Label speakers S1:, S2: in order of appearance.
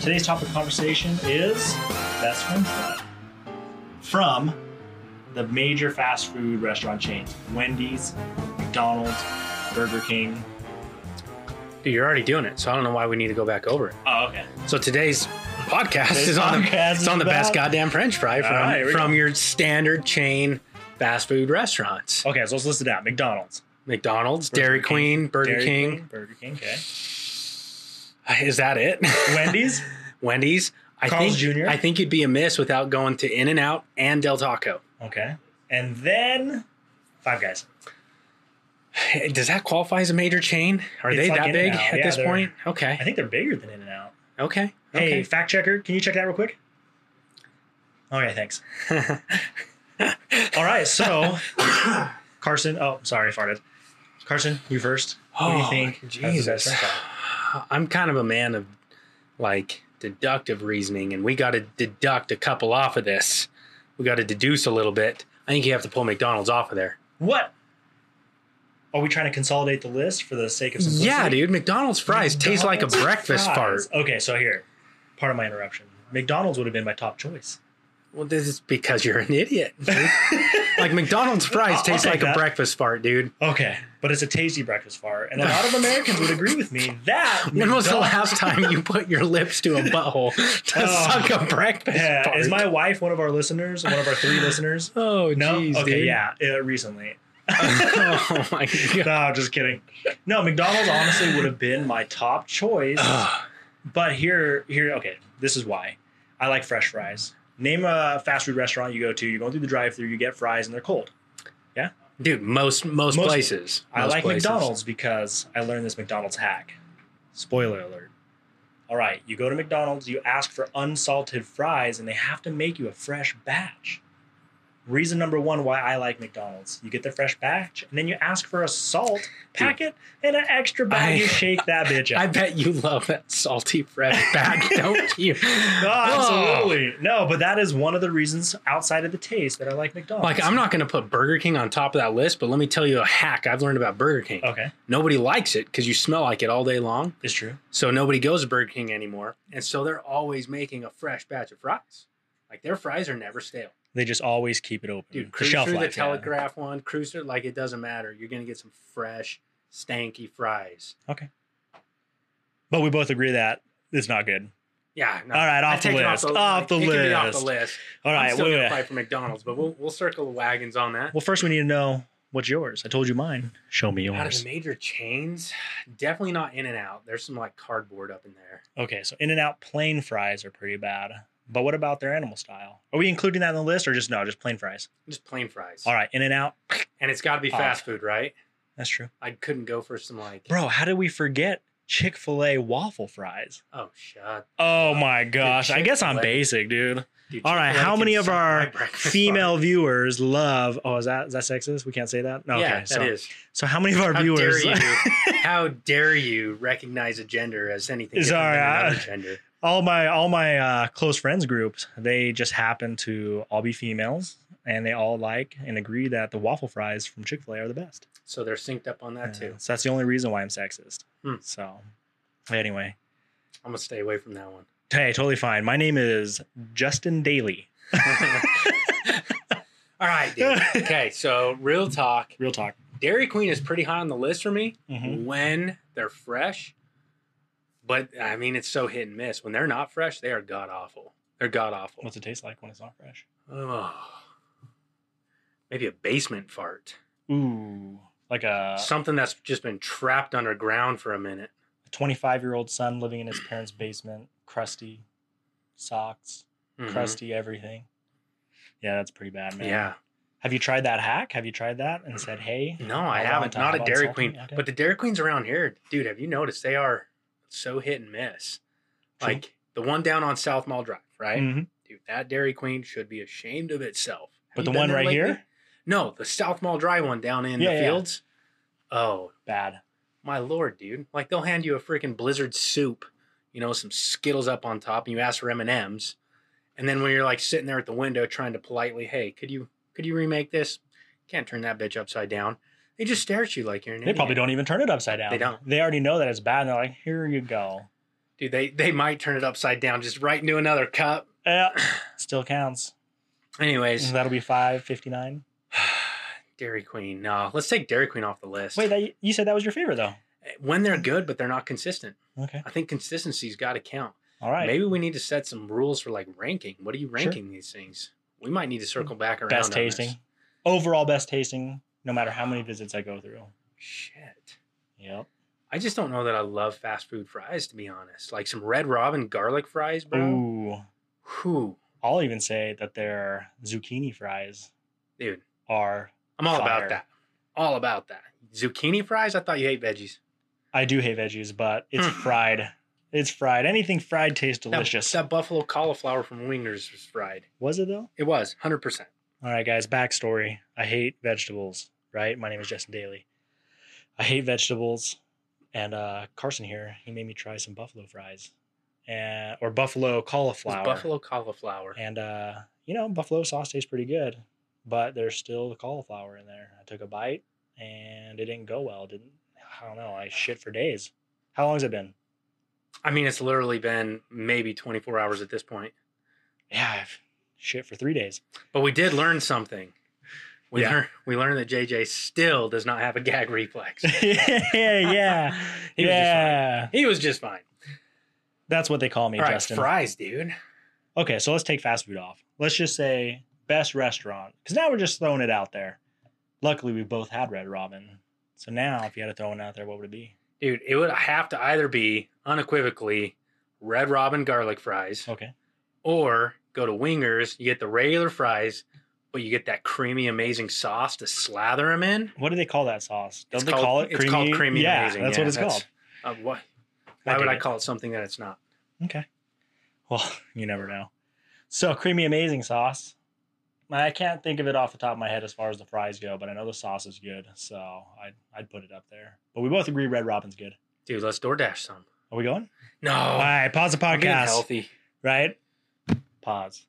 S1: Today's topic of conversation is best french fry from the major fast food restaurant chains Wendy's, McDonald's, Burger King.
S2: Dude, you're already doing it, so I don't know why we need to go back over it.
S1: Oh, okay.
S2: So today's podcast
S1: Today's
S2: is
S1: podcast
S2: on the it's
S1: is
S2: on the best
S1: about-
S2: goddamn French fry from
S1: right, here we
S2: from
S1: go.
S2: your standard chain fast food restaurants:
S1: Okay, so let's list it out McDonald's,
S2: McDonald's,
S1: Oh. Burger
S2: Dairy
S1: King,
S2: Queen, Burger
S1: Dairy
S2: King. Uh,
S1: Burger King, okay.
S2: Is that it?
S1: Wendy's,
S2: Wendy's. I
S1: Carl's
S2: think
S1: Jr..
S2: I think you'd be amiss without going to In and Out and Del Taco.
S1: okay. And then Five Guys.
S2: Does that qualify as a major chain? Are
S1: It's
S2: they
S1: like
S2: that big
S1: In-N-Out.
S2: at
S1: Yeah,
S2: this
S1: they're-
S2: point?
S1: I
S2: Okay.
S1: think they're bigger than In N Out.
S2: Okay.
S1: Hey,
S2: Okay.
S1: fact checker, can you check that real quick? Okay, thanks. All right, so Carson, oh, sorry, I farted. Carson, you first. what do you
S2: Oh,
S1: think? has the best
S2: Jesus.
S1: french fry?
S2: I'm kind of a man of like deductive reasoning, and we got to deduct a couple off of this. We got to deduce a little bit. I think you have to pull McDonald's off of there.
S1: What? Are we trying to consolidate the list for the sake of simplicity?
S2: Yeah, dude. McDonald's fries taste like a
S1: McDonald's
S2: breakfast
S1: fries.
S2: fart.
S1: Okay, so here, part of my interruption. McDonald's would have been my top choice.
S2: Well, this is because you're an idiot. dude. like McDonald's
S1: I'll-
S2: fries
S1: I'll
S2: taste
S1: take
S2: like
S1: that.
S2: a breakfast fart, dude.
S1: Okay, but it's a tasty breakfast fart, and a lot of Americans would agree with me that.
S2: When was the
S1: McDonald's-
S2: last time you put your lips to a butthole to
S1: Oh.
S2: suck a breakfast
S1: Yeah,
S2: fart?
S1: is my wife one of our listeners? One of our three listeners?
S2: oh,
S1: No.
S2: jeez,
S1: okay,
S2: dude.
S1: yeah, uh, recently.
S2: oh my god.
S1: No, just kidding. No, McDonald's honestly would have been my top choice.
S2: Ugh.
S1: But here, here, okay, this is why I like fresh fries. Name a fast food restaurant you go to. You're going through the drive-through. You get fries and they're cold.
S2: Dude, most most,
S1: Most-
S2: places.
S1: I
S2: most
S1: like
S2: places.
S1: McDonald's because I learned this McDonald's hack. Spoiler alert. All right, you go to McDonald's, you ask for unsalted fries, and they have to make you a fresh batch. Reason number one why I like McDonald's. You get the fresh batch, and then you ask for a salt packet and an extra bag.
S2: I-
S1: you shake that bitch
S2: I
S1: up.
S2: bet you love that salty fresh bag, don't you?
S1: No, absolutely. No, but that is one of the reasons outside of the taste that I like McDonald's.
S2: Like I'm not gonna put Burger King on top of that list, but let me tell you a hack I've learned about Burger King.
S1: Okay,
S2: Nobody likes it because you smell like it all day long,
S1: it's true.
S2: so nobody goes to Burger King anymore, and so they're always making a fresh batch of fries. Like their fries are never stale.
S1: They just always keep it open.
S2: Dude,
S1: The
S2: cruise
S1: Mm-hmm. shelf
S2: through
S1: life,
S2: the
S1: yeah.
S2: Telegraph one, cruise through, like it doesn't matter. You're gonna get some fresh, stanky fries.
S1: But we both agree that it's not good.
S2: Yeah. No,
S1: All right,
S2: I
S1: off the
S2: take it
S1: list. Off the
S2: it can be off the
S1: list.
S2: list.
S1: All
S2: I'm
S1: right,
S2: still
S1: wait,
S2: gonna
S1: wait.
S2: fight for McDonald's, but we'll we'll circle the wagons on that.
S1: Well, first we need to know what's yours. I told you mine. Show me
S2: Out of the
S1: yours.
S2: major chains, definitely not In and Out. There's some like cardboard up in there.
S1: Okay, so In and Out plain fries are pretty bad. But what about their animal style? Are we including that in the list or just no, just plain fries?
S2: Just plain fries.
S1: All right, In and Out.
S2: And it's got to be
S1: Off.
S2: fast food, right?
S1: That's true.
S2: I couldn't go for some like.
S1: Bro, how did we forget Chick fil A waffle fries?
S2: Oh shut.
S1: Oh my gosh. I guess I'm
S2: Chick-fil-A.
S1: basic, dude.
S2: Dude,
S1: All right,
S2: Chick-fil-A
S1: how
S2: can
S1: many of
S2: suck my
S1: our
S2: breakfast
S1: Female
S2: fries.
S1: viewers love. Oh, is that is that sexist? We can't say that. No,
S2: yeah,
S1: okay. So,
S2: that is.
S1: so how many of our
S2: How
S1: viewers?
S2: dare you? How dare you recognize a gender as anything
S1: It's
S2: different than
S1: alright.
S2: another gender?
S1: all my all my uh, close friends groups they just happen to all be females and they all like and agree that the waffle fries from chick-fil-a are the best
S2: So they're synced up on that too.
S1: Yeah, so that's the only reason why i'm sexist
S2: Hmm.
S1: so anyway
S2: I'm gonna stay away from that one.
S1: hey totally fine my name is justin daly
S2: All right, dude. Okay, so real talk.
S1: real talk
S2: Dairy Queen is pretty high on the list for me
S1: Mhm.
S2: when they're fresh. But I mean, it's so hit and miss. When they're not fresh, they are god awful. They're god awful.
S1: what's it taste like when it's not fresh
S2: Oh, maybe a basement fart.
S1: ooh like a
S2: Something that's just been trapped underground for a minute.
S1: 25 year old son living in his parents basement crusty socks
S2: Mhm.
S1: crusty everything yeah that's pretty bad man
S2: Yeah.
S1: Have you tried that hack? Have you tried that and said, "Hey"?
S2: No, I
S1: Hold on
S2: haven't.
S1: to
S2: Not
S1: Hot
S2: at
S1: on
S2: Dairy
S1: Salty?
S2: Queen.
S1: Okay.
S2: But the Dairy Queens around here, dude, have you noticed they are so hit and miss?
S1: True.
S2: Like the one down on South Mall Drive, right?
S1: Mhm.
S2: Dude, that Dairy Queen should be ashamed of itself. Have
S1: But
S2: you
S1: the
S2: been
S1: one
S2: there
S1: right
S2: lately?
S1: here,
S2: No, the South Mall Drive one down in
S1: Yeah,
S2: the
S1: yeah.
S2: fields. Oh,
S1: bad.
S2: my lord, dude. Like they'll hand you a freaking blizzard soup, you know, some Skittles up on top, and you ask for M&Ms. And then when you're like sitting there at the window trying to politely, "Hey, could you could you remake this?" Can't turn that bitch upside down. They just stare at you like you're an
S1: They
S2: idiot.
S1: probably don't even turn it upside down.
S2: They don't.
S1: They already know that it's bad. and They're like, "Here you go."
S2: Dude, they they might turn it upside down, just right into another cup.
S1: Yeah, still counts.
S2: Anyways,
S1: That'll be five fifty nine.
S2: Dairy Queen. No, let's take Dairy Queen off the list.
S1: Wait, that, you said that was your favorite though.
S2: when they're good, but they're not consistent.
S1: Okay,
S2: I think consistency's got to count.
S1: all right.
S2: Maybe we need to set some rules for like ranking. What are you ranking these things? We might need to circle back around.
S1: Mm. best
S2: on this.
S1: tasting, overall best tasting. No matter how many visits I go through.
S2: Shit.
S1: Yep.
S2: I just don't know that I love fast food fries, to be honest. Like some Red Robin garlic fries, bro.
S1: Ooh,
S2: Whew.
S1: I'll even say that their zucchini fries
S2: Dude,
S1: are.
S2: I'm all
S1: Fire.
S2: about that. All about that. Zucchini fries? I thought you hate veggies.
S1: I do hate veggies, but it's
S2: Mm.
S1: fried. It's fried. Anything fried tastes
S2: That-
S1: delicious.
S2: That, buffalo cauliflower from Wingers was fried.
S1: Was it though?
S2: It was 100%.
S1: All right, guys, backstory. I hate vegetables, right? My name is Justin Daly. I hate vegetables. And uh, Carson here, he made me try some buffalo fries and, or buffalo
S2: It was
S1: cauliflower.
S2: buffalo cauliflower.
S1: And, uh, you know, buffalo sauce tastes pretty good, but there's still the cauliflower in there. I took a bite and it didn't go well. It didn't, I don't know. I shit for days. How long has it been?
S2: I mean, it's literally been maybe 24 hours at this point.
S1: Yeah, I've shit for three days.
S2: But we did learn something. We,
S1: Yeah.
S2: learn, we learned that JJ still does not have a gag reflex.
S1: yeah, yeah.
S2: He was just
S1: yeah.
S2: he was just fine.
S1: That's what they call me,
S2: All right,
S1: Justin.
S2: fries, dude.
S1: okay, so let's take fast food off. Let's just say best restaurant, because now we're just throwing it out there. Luckily, we both had Red Robin. So now, if you had to throw one out there, what would it be?
S2: Dude, it would have to either be unequivocally Red Robin garlic fries
S1: Okay.
S2: or go to Wingers. You get the regular fries, but you get that creamy, amazing sauce to slather them in.
S1: What do they call that sauce? Don't
S2: It's
S1: they
S2: called-
S1: call it creamy?
S2: it's called creamy
S1: yeah,
S2: amazing,
S1: that's
S2: yeah,
S1: what it's
S2: that's-
S1: called.
S2: Uh, what? Why
S1: I
S2: would
S1: dig
S2: I
S1: it.
S2: call it something that it's not?
S1: Okay. Well, you never know. So, creamy amazing sauce. I can't think of it off the top of my head as far as the fries go, but I know the sauce is good, so I'd I'd put it up there. But we both agree Red Robin's good.
S2: Dude, let's DoorDash some.
S1: Are we going?
S2: No.
S1: All right, pause the
S2: Oh. I'm getting
S1: podcast.
S2: healthy.
S1: Right? Pause.